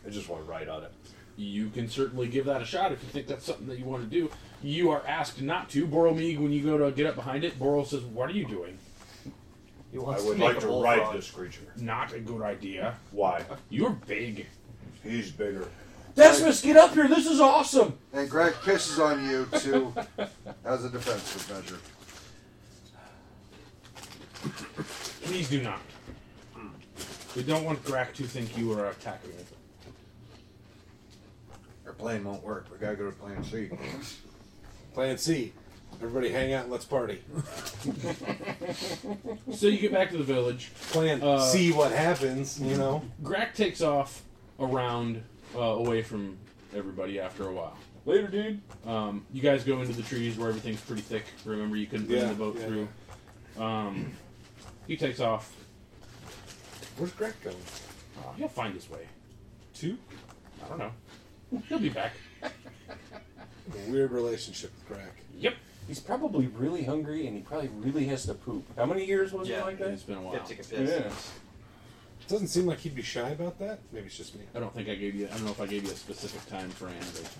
I just want to ride on it.
You can certainly give that a shot if you think that's something that you want to do. You are asked not to. Boromig, when you go to get up behind it, Boral says, "What are you doing?"
I would like to ride this creature.
Not a good idea.
Why?
You're big.
He's bigger.
Desmus, get up here. This is awesome.
And Greg pisses on you, too, as a defensive measure.
Please do not.
Hmm.
We don't want Grack to think you are attacking it.
Our plan won't work. We gotta go to plan C.
Plan C. Everybody hang out and let's party.
So you get back to the village.
Plan. see what happens, you know?
Grack takes off around uh, away from everybody after a while.
Later, dude.
Um, you guys go into the trees where everything's pretty thick. Remember, you couldn't bring
Yeah,
the boat
yeah,
through. Um, he takes off.
Where's Greg going?
Uh, he'll find his way.
Two?
I don't know. He'll be back.
A weird relationship with Greg.
Yep.
He's probably really hungry and he probably really has to poop. How many years was
Yeah,
it like that?
it's been a while. Yeah, take a piss.
Yeah.
Doesn't seem like he'd be shy about that. Maybe it's just me.
I don't think I gave you. I don't know if I gave you a specific time frame. But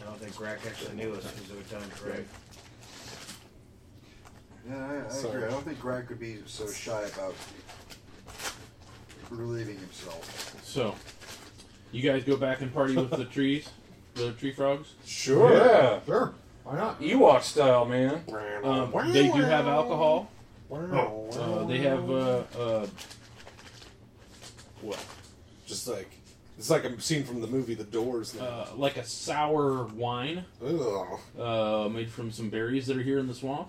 I don't think Rack actually knew us because it done great.
Yeah, I, I
Sorry.
agree. I don't think Greg could be so shy about relieving himself.
so, you guys go back and party with the trees, the tree frogs.
Sure.
Yeah.
Sure.
Why not? Ewok style, man.
Um, they do have alcohol. Uh, they have uh, uh, what?
Just like it's like a scene from the movie The Doors. Now.
uh, like a sour wine uh, made from some berries that are here in the swamp.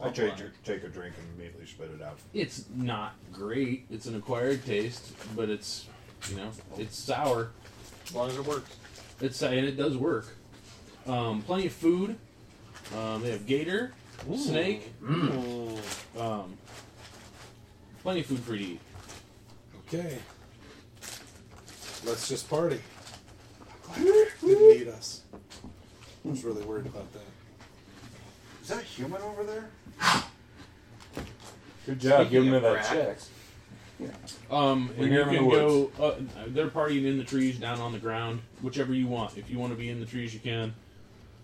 I take, your- take a drink and immediately spit it out.
It's not great. It's an acquired taste, but it's you know it's sour. As long as it works. It's and it does work. Um, plenty of food. Um, they have gator, snake. Um, plenty of food for you to eat.
Okay. Let's just party. I'm glad Greg didn't need us. I was really worried about that.
Is that a human over there?
Good job
Speaking
giving me
of
that
crack.
check.
Um,
We
and you
never
can
would.
go. Uh, they're partying in the trees, down on the ground, whichever you want. If you want to be in the trees, you can.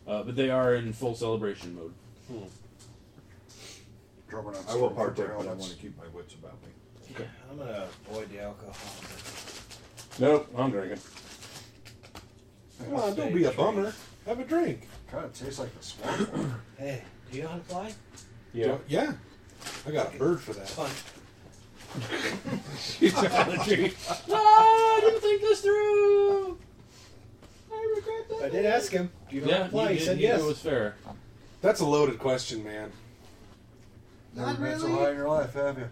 Uh, but they are in full celebration mode.
Drummer not
I
screwing
will
up
partake,
their
but I
helmets.
want to keep my wits about me.
Okay.
I'm gonna avoid the alcohol.
Nope, I'm drinking.
Come on, don't be a bummer. Have a drink.
Kind of tastes like the swamp.
Hey, do you know how to fly?
Yeah.
Yeah. I got a bird for that.
Fun.
She's on the tree.
I didn't Ah, think this through. I regret that.
I did ask him. Do you know how
Yeah,
to fly?
you
He
did,
said
you-
yes.
It was fair.
That's a loaded question, man.
Never been so high in your life, have you?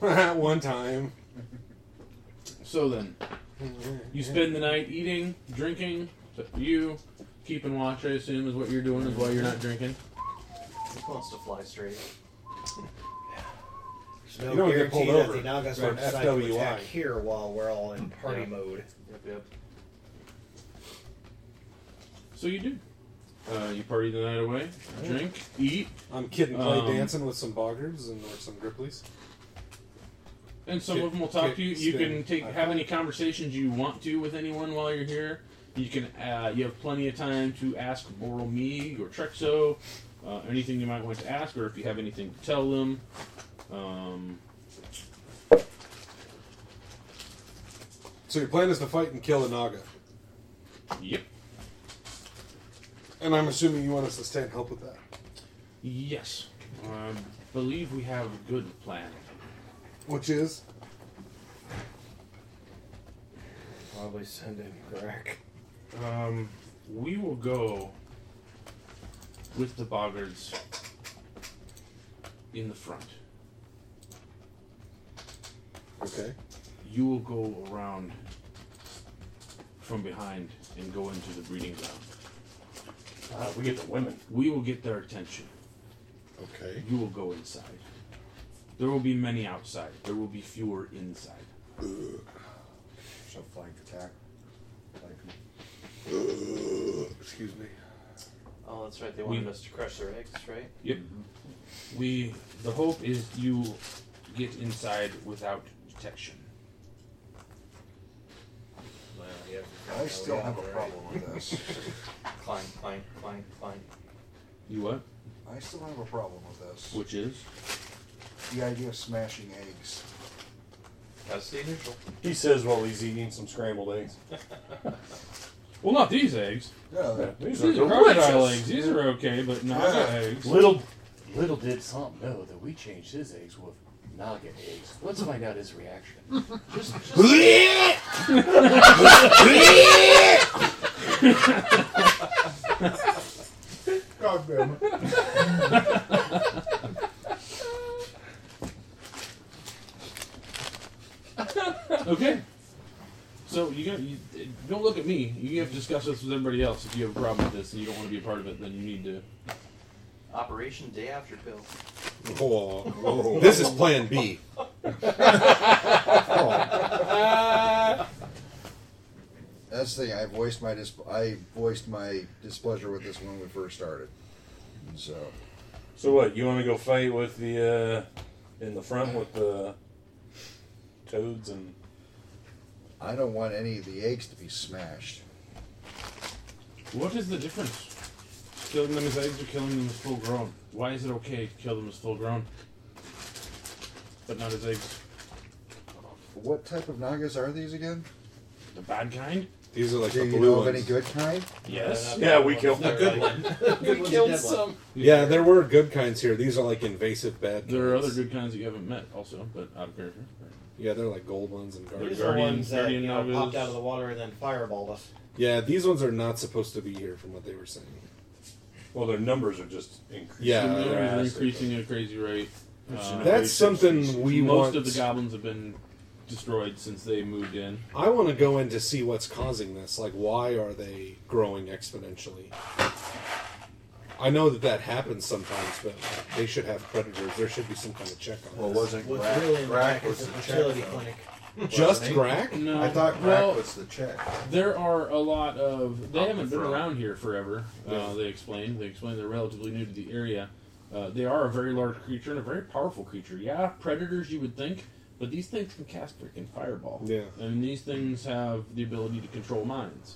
One time.
So then, you spend the night eating, drinking. So you keeping watch, I assume, is what you're doing, is why you're not drinking.
He wants to fly straight.
There's no
You don't get
guarantee
pulled
that
over.
they now got
Right,
to decide to
FWI.
attack here while we're all in party
Yeah.
mode.
Yep, yep. So you do. Uh, you party the night away, drink, eat.
I'm kidding. Play
Um,
dancing with some boggers and or some gripplies.
And some
Kid-
of them will talk
kid
to you. You
spin.
can take have any conversations you want to with anyone while you're here. You can uh, you have plenty of time to ask Boral me or Trexo uh, anything you might want to ask, or if you have anything to tell them. Um,
So your plan is to fight and kill a Naga.
Yep.
And I'm assuming you want us to stay and help with that.
yes, I believe we have a good plan.
Which is?
Probably send in crack.
Um, we will go with the boggards in the front.
Okay.
You will go around from behind and go into the breeding ground. Uh, we get the women. We will get their attention.
Okay.
You will go inside. There will be many outside. There will be fewer inside.
So flank attack. Flank.
Excuse me.
Oh, that's right. They
We-
wanted us to crush their eggs, right?
Yep. We. The hope is you get inside without detection.
Well, yeah,
I still have a problem with this.
climb, climb, climb, climb.
You what?
I still have a problem with this.
Which is?
The idea of smashing eggs.
That's the initial.
He says while he's eating some scrambled eggs.
Well, not these eggs.
Yeah,
Yeah,
these
these,
are
are crocodile
delicious.
eggs. These are okay, but not
Yeah.
eggs.
Little, little did some know that we changed his eggs with Naga eggs. Let's find out his reaction. Just, just...
God damn
okay. So you got you, don't look at me. You have to discuss this with everybody else. If you have a problem with this and you don't want to be a part of it, then you need to.
Operation Day After Pill.
Oh, this is Plan B.
That's the thing. I voiced my dis- I voiced my displeasure with this when we first started. And so
So what? You want to go fight with the uh, in the front with the toads and
I don't want any of the eggs to be smashed.
What is the difference? Killing them as eggs or killing them as full grown? Why is it okay to kill them as full grown, but not as eggs?
What type of nagas are these again?
The bad kind.
These are like
Do
the
you
blue
know of
ones.
any good kind?
Yes.
Yeah, we killed the good one.
we killed some.
Yeah, there were good kinds here. These are like invasive bad.
There are
kinds.
other good kinds that you haven't met, also, but out of character.
Yeah, they're like gold ones and
They're
guardians.
the Guardian- ones
That,
Guardian
you know,
Nagas.
popped out of the water and then fireballed us.
Yeah, these ones are not supposed to be here, from what they were saying.
well, their numbers are just increasing.
Yeah,
The numbers
they're
are
drastic.
increasing at a crazy rate.
That's
Uh,
That's something we
most
want-
of the goblins have been destroyed since they moved in.
I want to go in to see what's causing this. Like, why are they growing exponentially? I know that that happens sometimes, but they should have predators. There should be some kind of check on
Well,
this.
wasn't What's Grack- really in the Grack back was is the the check, fertility though. clinic.
Just
Wasn't he?
Grack?
No.
I thought Grack
Well-
was the check.
There are a lot of. They haven't been
Throne.
around here forever.
Yeah.
Uh, they explained. They explained they're relatively new to the area. Uh, they are a very large creature and a very powerful creature. Yeah, predators you would think, but these things can cast freaking fireball.
Yeah.
and these things have the ability to control minds.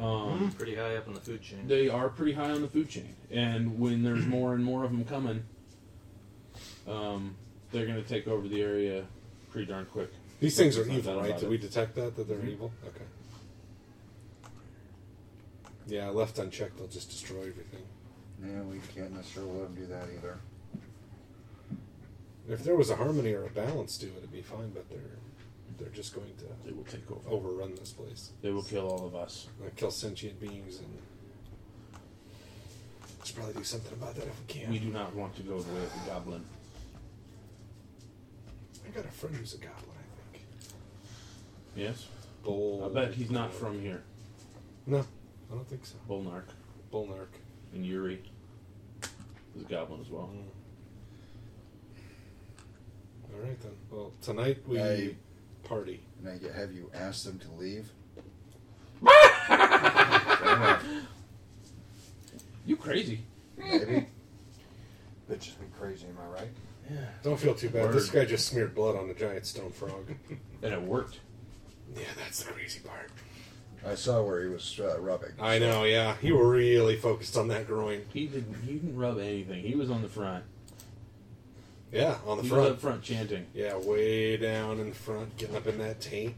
Um,
Pretty high up in the food chain.
They are pretty high on the food chain, and when there's more and more of them coming, um, they're going to take over the area pretty darn quick.
These things are
There's no
evil,
doubt
right?
about
Did
it.
we detect that that they're
Mhm.
evil? Okay. Yeah, left unchecked, they'll just destroy everything.
No, we can't necessarily let them do that either.
If there was a harmony or a balance to it, it'd be fine. But they're they're just going to
They will take over.
overrun this place.
They will kill all of us.
They'll kill sentient beings, and let's probably do something about that if we can.
We do not want to go the way of the goblin.
I got a friend who's a goblin. I think.
Yes?
Bull.
I bet he's not from here.
No, I don't think so.
Bolnark
Bullnark.
and Yuri Mm. is a goblin as well.
I All right then. Well, tonight we
I-
party.
And I get, have you asked them to leave?
You crazy.
Maybe.
Bitches be crazy, am I right?
Yeah. Don't feel too bad. This guy just smeared blood on a giant stone frog.
And it worked.
Yeah, that's the crazy part.
I saw where he was uh, rubbing.
I know. Yeah, you were really focused on that groin.
He didn't. He didn't rub anything. He was on the front.
Yeah, on the
He was
front.
up front chanting.
Yeah, way down in front, getting up in that taint.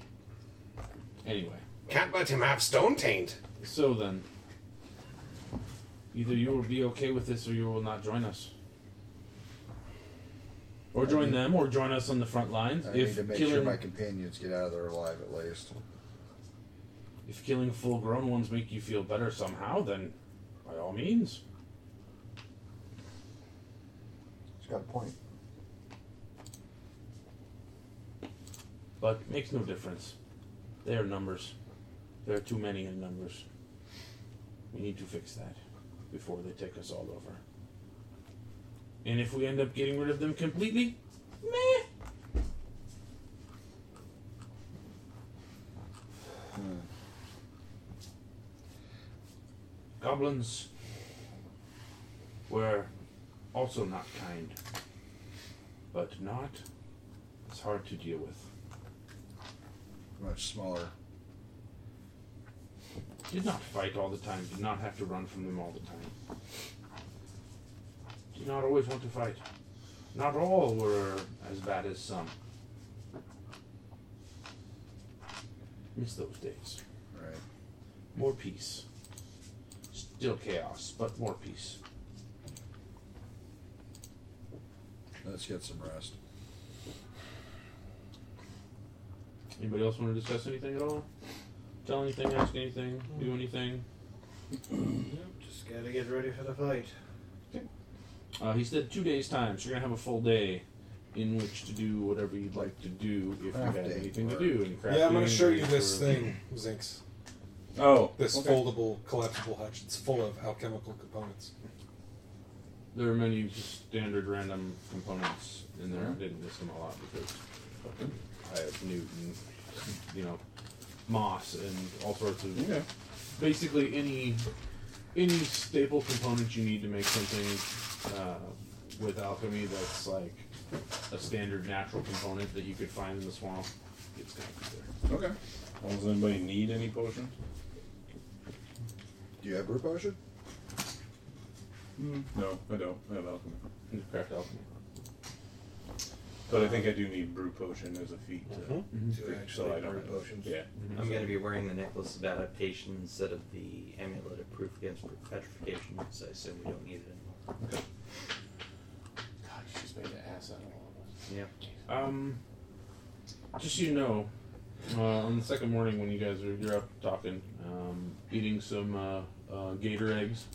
Anyway.
Can't let him have stone taint.
So then, either you will be okay with this, or you will not join us, or join
need-
them, or join us on the front lines.
I
if
need to make
killing
sure my companions get out of there alive at least.
if killing full-grown ones make you feel better somehow, then by all means.
He's got a point.
But makes no difference. They are numbers. There are too many in numbers. We need to fix that before they take us all over. And if we end up getting rid of them completely, meh. Hmm. Goblins were also not kind, but not as hard to deal with.
Much smaller.
Did not fight all the time, did not have to run from them all the time. Did not always want to fight. Not all were as bad as some. Miss those days.
Right.
More peace. Still chaos, but more peace.
Let's get some rest.
Anybody else want to discuss anything at all? Tell anything, ask anything, do anything?
Just gotta get ready for the fight.
Uh, he said two days' time, so you're gonna have a full day in which to do whatever you'd like to do if you have
Crafting
anything to
or-
do. Any crafting,
yeah, I'm going to show you
any
this
sort of-
thing, Zinx.
Oh,
This
okay.
foldable, collapsible hutch. It's full of alchemical components.
There are many just standard random components in there. I didn't list them all out because I have Newton, you know, moss and all sorts of
Okay.
basically any any staple component you need to make something uh, with alchemy that's like a standard natural component that you could find in the swamp. It's gonna be there.
Okay. Well, Oh, does anybody need any potions?
Do you have brew potion?
No, I don't. I have alchemy.
You craft alchemy.
But I think I do need brew potion as a feat. to-
Mm-hmm.
Mhm.
so
To actually
I don't
brew
have-
potions.
Yeah.
I'm going to be wearing the necklace of adaptation instead of the amulet of proof against petrification, because I assume we don't need it anymore.
God, she's made an ass out of all of us.
Yeah.
Um, just so you know, uh, on the second morning when you guys are you're up talking, um, eating some uh, uh, gator eggs.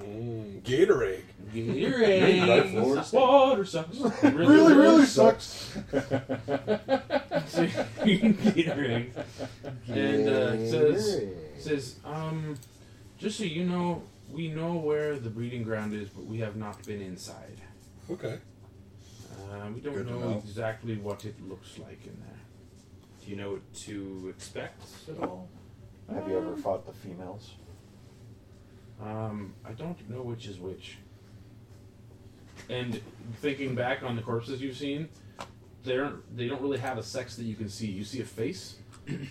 Mm, gator egg.
Gator
Like Florida
eggs.
State?
Water sucks.
Really, really sucks.
so you can gator eggs. And uh, it says, it says um, just so you know, we know where the breeding ground is, but we have not been inside.
Okay.
Uh, we don't
Good to
know,
know.
exactly what it looks like in there.
Do you know what to expect at all?
Have you ever fought the females?
Um, I don't know which is which. And thinking back on the corpses you've seen, they're they don't really have a sex that you can see. You see a face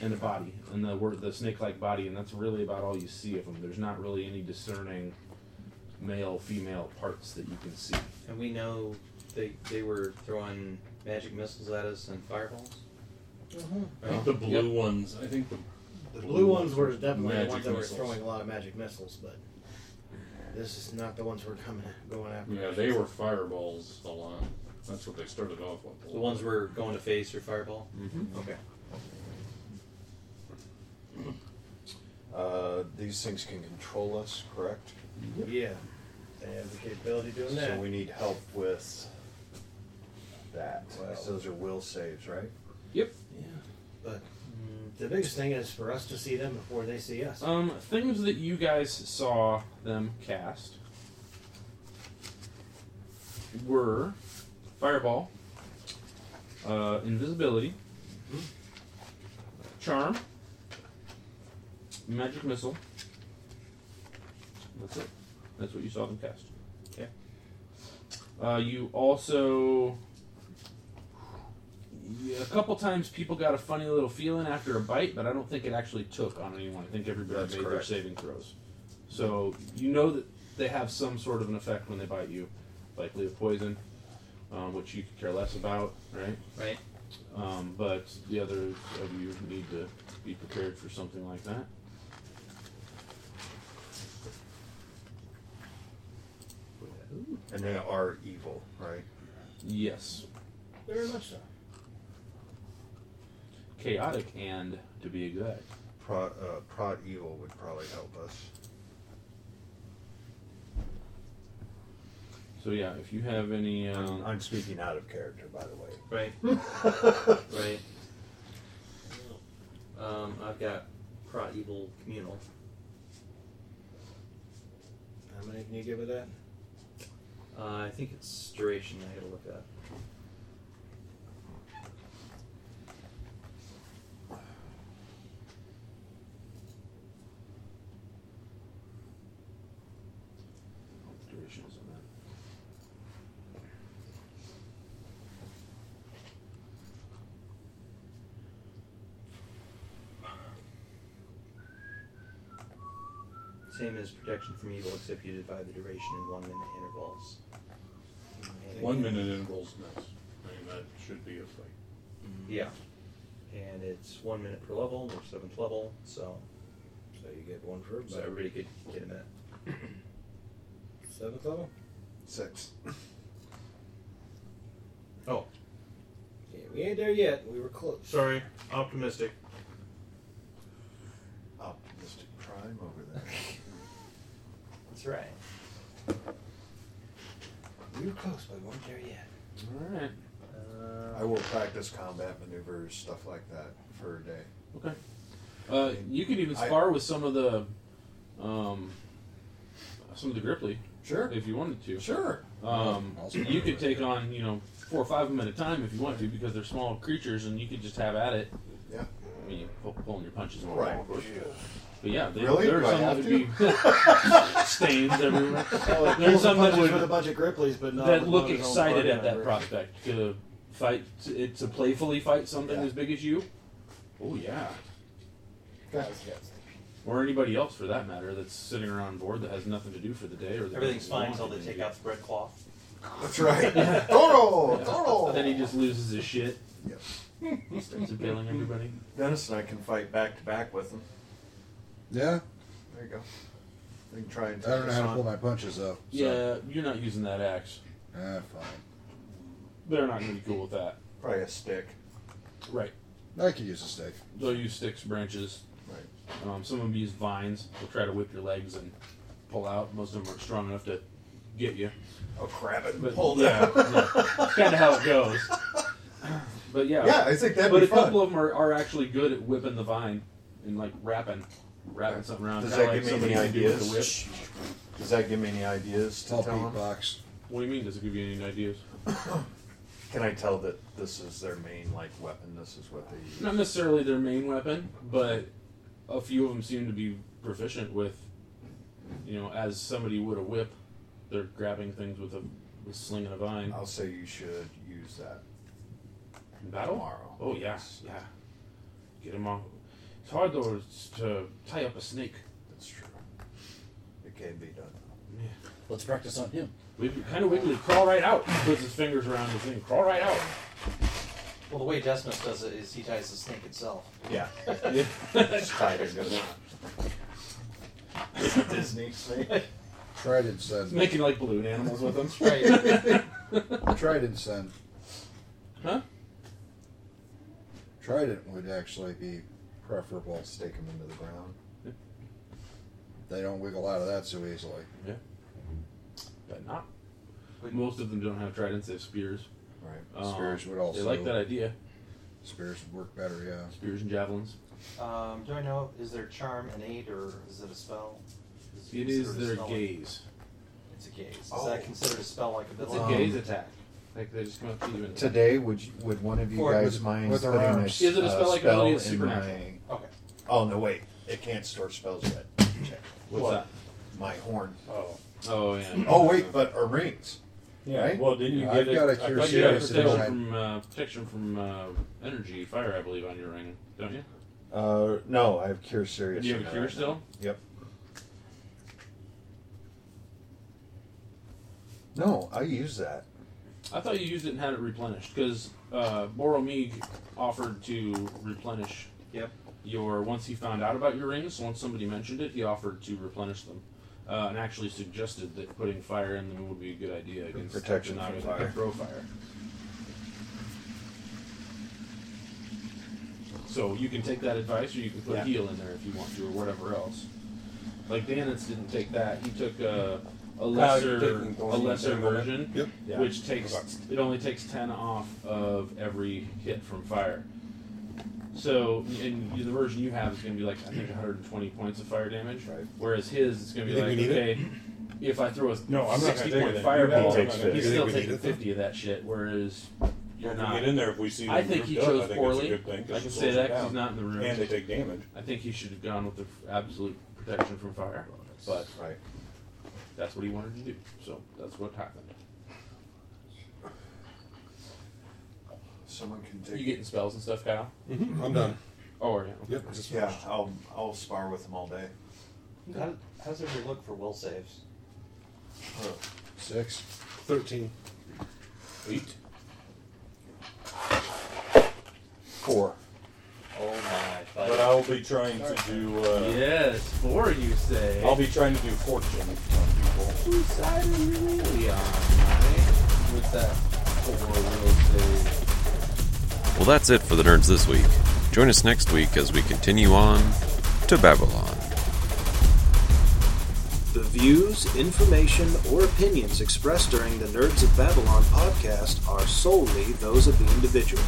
and a body, and the word the snake-like body, and that's really about all you see of them. There's not really any discerning male female parts that you can see.
And we know they they were throwing magic missiles at us and fireballs.
I think the blue ones. I think the
The
The blue ones were definitely the
magic
ones that were
missiles.
throwing a lot of magic missiles, but this is not the ones we're coming going after.
Yeah, they were fireballs a lot. That's what they started off with.
The ones we're going to face or fireball.
Mhm.
Okay.
Uh, these things can control us, correct?
Yeah, they have the capability of doing
So
that.
we need help with that. Those are will saves, right?
Yep.
But the biggest thing is for us to see them before they see us.
Um, things that you guys saw them cast were fireball, Uh, invisibility. Charm. Magic missile. That's it. That's what you saw them cast.
Okay.
Uh, you also. Yeah, a couple times people got a funny little feeling after a bite, but I don't think it actually took on anyone. I think everybody
That's
made
correct.
their saving throws. So you know that they have some sort of an effect when they bite you, likely of poison, um, which you could care less about, right?
Right.
Um, but the others of you need to be prepared for something like that.
And they are evil, right?
Yes.
Very much so.
Chaotic and, to be exact.
Prod, uh, prod evil would probably help us.
So yeah, if you have any, um,
I'm speaking out of character, by the way.
Right. right. Um, I've got Prot Evil Communal.
How many can you give it that?
Uh, I think it's duration. I gotta look up.
duration is on that.
Same as protection from evil, except you divide the duration in one minute intervals.
One minute intervals, nice. I mean, that should be a fight.
Yeah. And it's one minute per level, or seventh level, so. So you get one for So
everybody.
everybody could get a minute.
Seventh level?
Six. Oh.
Yeah, we ain't there yet. We were close.
Sorry, optimistic.
Optimistic Prime over there.
That's right.
We were close, but we weren't there yet.
All right.
Uh,
I will practice combat maneuvers, stuff like that, for a day.
Okay. Uh, you could even
I-
spar with some of the, um, some of the Gripply. Sure. If you wanted to.
Sure.
Um,
I'll spar
you could
with
take on you know four or five of them at a time if you want to because they're small creatures and you could just have at it.
Yeah.
I mean, you pull, pulling your punches. and
Right.
all, of course. But yeah, they,
Really?
there are
Do I
some that
have
would
to?
be stains everywhere.
Oh, like
there are
pulls
some
the
that
punches
would
with a bunch of Gripplies, but not
that
with
look
one of his own
excited
party
at that
members.
prospect to fight. It's to playfully fight something as big as you. Oh yeah. Or anybody else for that matter that's sitting around board that has nothing to do for the day or that
Everything's
doesn't
fine
want
until they
anything
take
to
out the bread cloth.
do.
That's right.
Yeah.
Toro,
Yeah.
Toro.
Then he just loses his shit.
Yep.
He starts impaling everybody.
Dennis and I can fight back to back with them.
Yeah.
There you go. We can try
I
and take
don't know
this
how to
on.
pull my punches though.
Yeah, you're not using that axe.
Ah, fine.
They're not going to be cool with that.
Probably a stick.
Right.
I could use a stick.
They'll use sticks, branches. Right. Um, some of them use vines. They'll try to whip your legs and pull out. Most of them are strong enough to get you.
Oh, grab it and
But-
pull
yeah,
down.
yeah. kind of how it goes. But yeah.
Yeah, I think that'd
But
be
a couple of them are, are actually good at whipping the vine and like wrapping, wrapping something around.
Does
kinda
that
like
give me
somebody
any
can do with the
ideas?
whip.
Does that give me any ideas to
I'll
tell 'em?
beatbox.
What do you mean? Does it give you any ideas?
Can I tell that this is their main like weapon? This is what they use.
Not necessarily their main weapon, but a few of them seem to be proficient with, you know, as somebody would a whip. They're grabbing things with a with sling and a vine.
I'll say you should use that.
In battle?
Tomorrow.
Oh yeah, yeah. Get him on. It's hard though to tie up a snake.
That's true. It can be done.
Let's practice on him. We kind of wiggly crawl right out. Puts his fingers around his thing. Crawl right out.
Well, the way Decimus does it is he ties the snake itself.
Yeah.
Yeah.
It's tighter, doesn't it? Disney snake.
Trident Sun.
He's making like balloon animals with them.
Trident. Trident Sun.
Huh?
Trident would actually be preferable.
Stake them into the ground.
They don't wiggle out of that so easily.
Yeah. But not. Most of them don't have tridents. They have spears.
Right.
Um,
Spears would
They
also-
like that idea.
Spears would work better, yeah.
Spears and javelins.
Um, do I know, is there charm an aid or is it a spell? Is
It is
considered a
their
spell?
gaze.
It's a gaze. Is
Oh.
that considered a spell like a
That's
Um,
ability?
a gaze attack. Like they just come up to you and
Today, would you, would one of you
Or
guys
with-
mind
with her
putting a,
arms. Is it a
uh,
spell like Melody
in
of Supernatural?
My...
Okay.
Oh no, wait. It can't store spells yet. Check.
What's that?
My horn.
Oh. Oh yeah.
Oh wait, but our rings.
Yeah,
Right?
well, didn't you
I've
get
got
a,
a
I thought you got
curious
protection
design.
from uh, protection from uh, energy fire, I believe, on your ring, don't you?
Uh, no, I have cure serious.
Do you have
in
a
there
cure
right now.
still?
Yep. No, I use that.
I thought you used it and had it replenished because uh, Boromir offered to replenish.
Yep.
Your once he found out about your rings, once somebody mentioned it, he offered to replenish them, uh, and actually suggested that putting fire in them would be a good idea against
Protection
the
from
Naga-
fire.
Throw fire. So you can take that advice, or you can put
Yeah.
heal in there if you want to, or whatever else. Like Danitz didn't take that; he took a, a lesser,
taking
a
the one
lesser
that's in there.
version,
Yep. Yeah.
which takes
Okay.
it only takes ten off of every hit from fire. So, and the version you have is going to be like I think 120 points of fire damage, right? Whereas his is going to
You
be
think
like
we need
okay,
it?
if I throw a
No, I'm not gonna
60
take
point
it.
fireball,
He takes
he's
it. You
still
think we
taking
need it, though?
50 of that shit. Whereas you're
If we
not
get in there, if we see
I
them
think he
grouped up, I
chose
think it's a
poorly.
good thing, 'cause
I can
it
say
slows
that
it
'cause
down.
he's not in the room.
And they take damage.
I think he should have gone with the f- absolute protection from fire, but
right.
That's what he wanted to do, so that's what happened.
Someone can
You getting spells and stuff, Kyle?
Mhm. I'm done.
Oh, are you?
yeah, I'll I'll spar with them all day.
How, how's everybody look for will saves?
Six.
Thirteen.
Eight.
Four.
Oh my.
But I will be trying to do. Uh,
yes, four. You say.
I'll be trying to do fortune on people.
Whose side are you really on, Mike? With that four will save.
Well, that's it for the nerds this week. Join us next week as we continue on to Babylon.
The views, information, or opinions expressed during the Nerds of Babylon podcast are solely those of the individual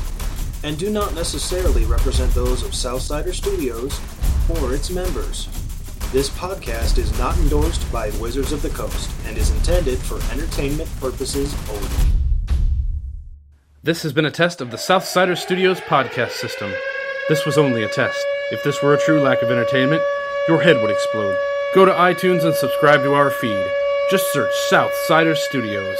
and do not necessarily represent those of Southsider Studios or its members. This podcast is not endorsed by Wizards of the Coast and is intended for entertainment purposes only.
This has been a test of the Southsider Studios podcast system. This was only a test. If this were a true lack of entertainment, your head would explode. Go to iTunes and subscribe to our feed. Just search Southsider Studios.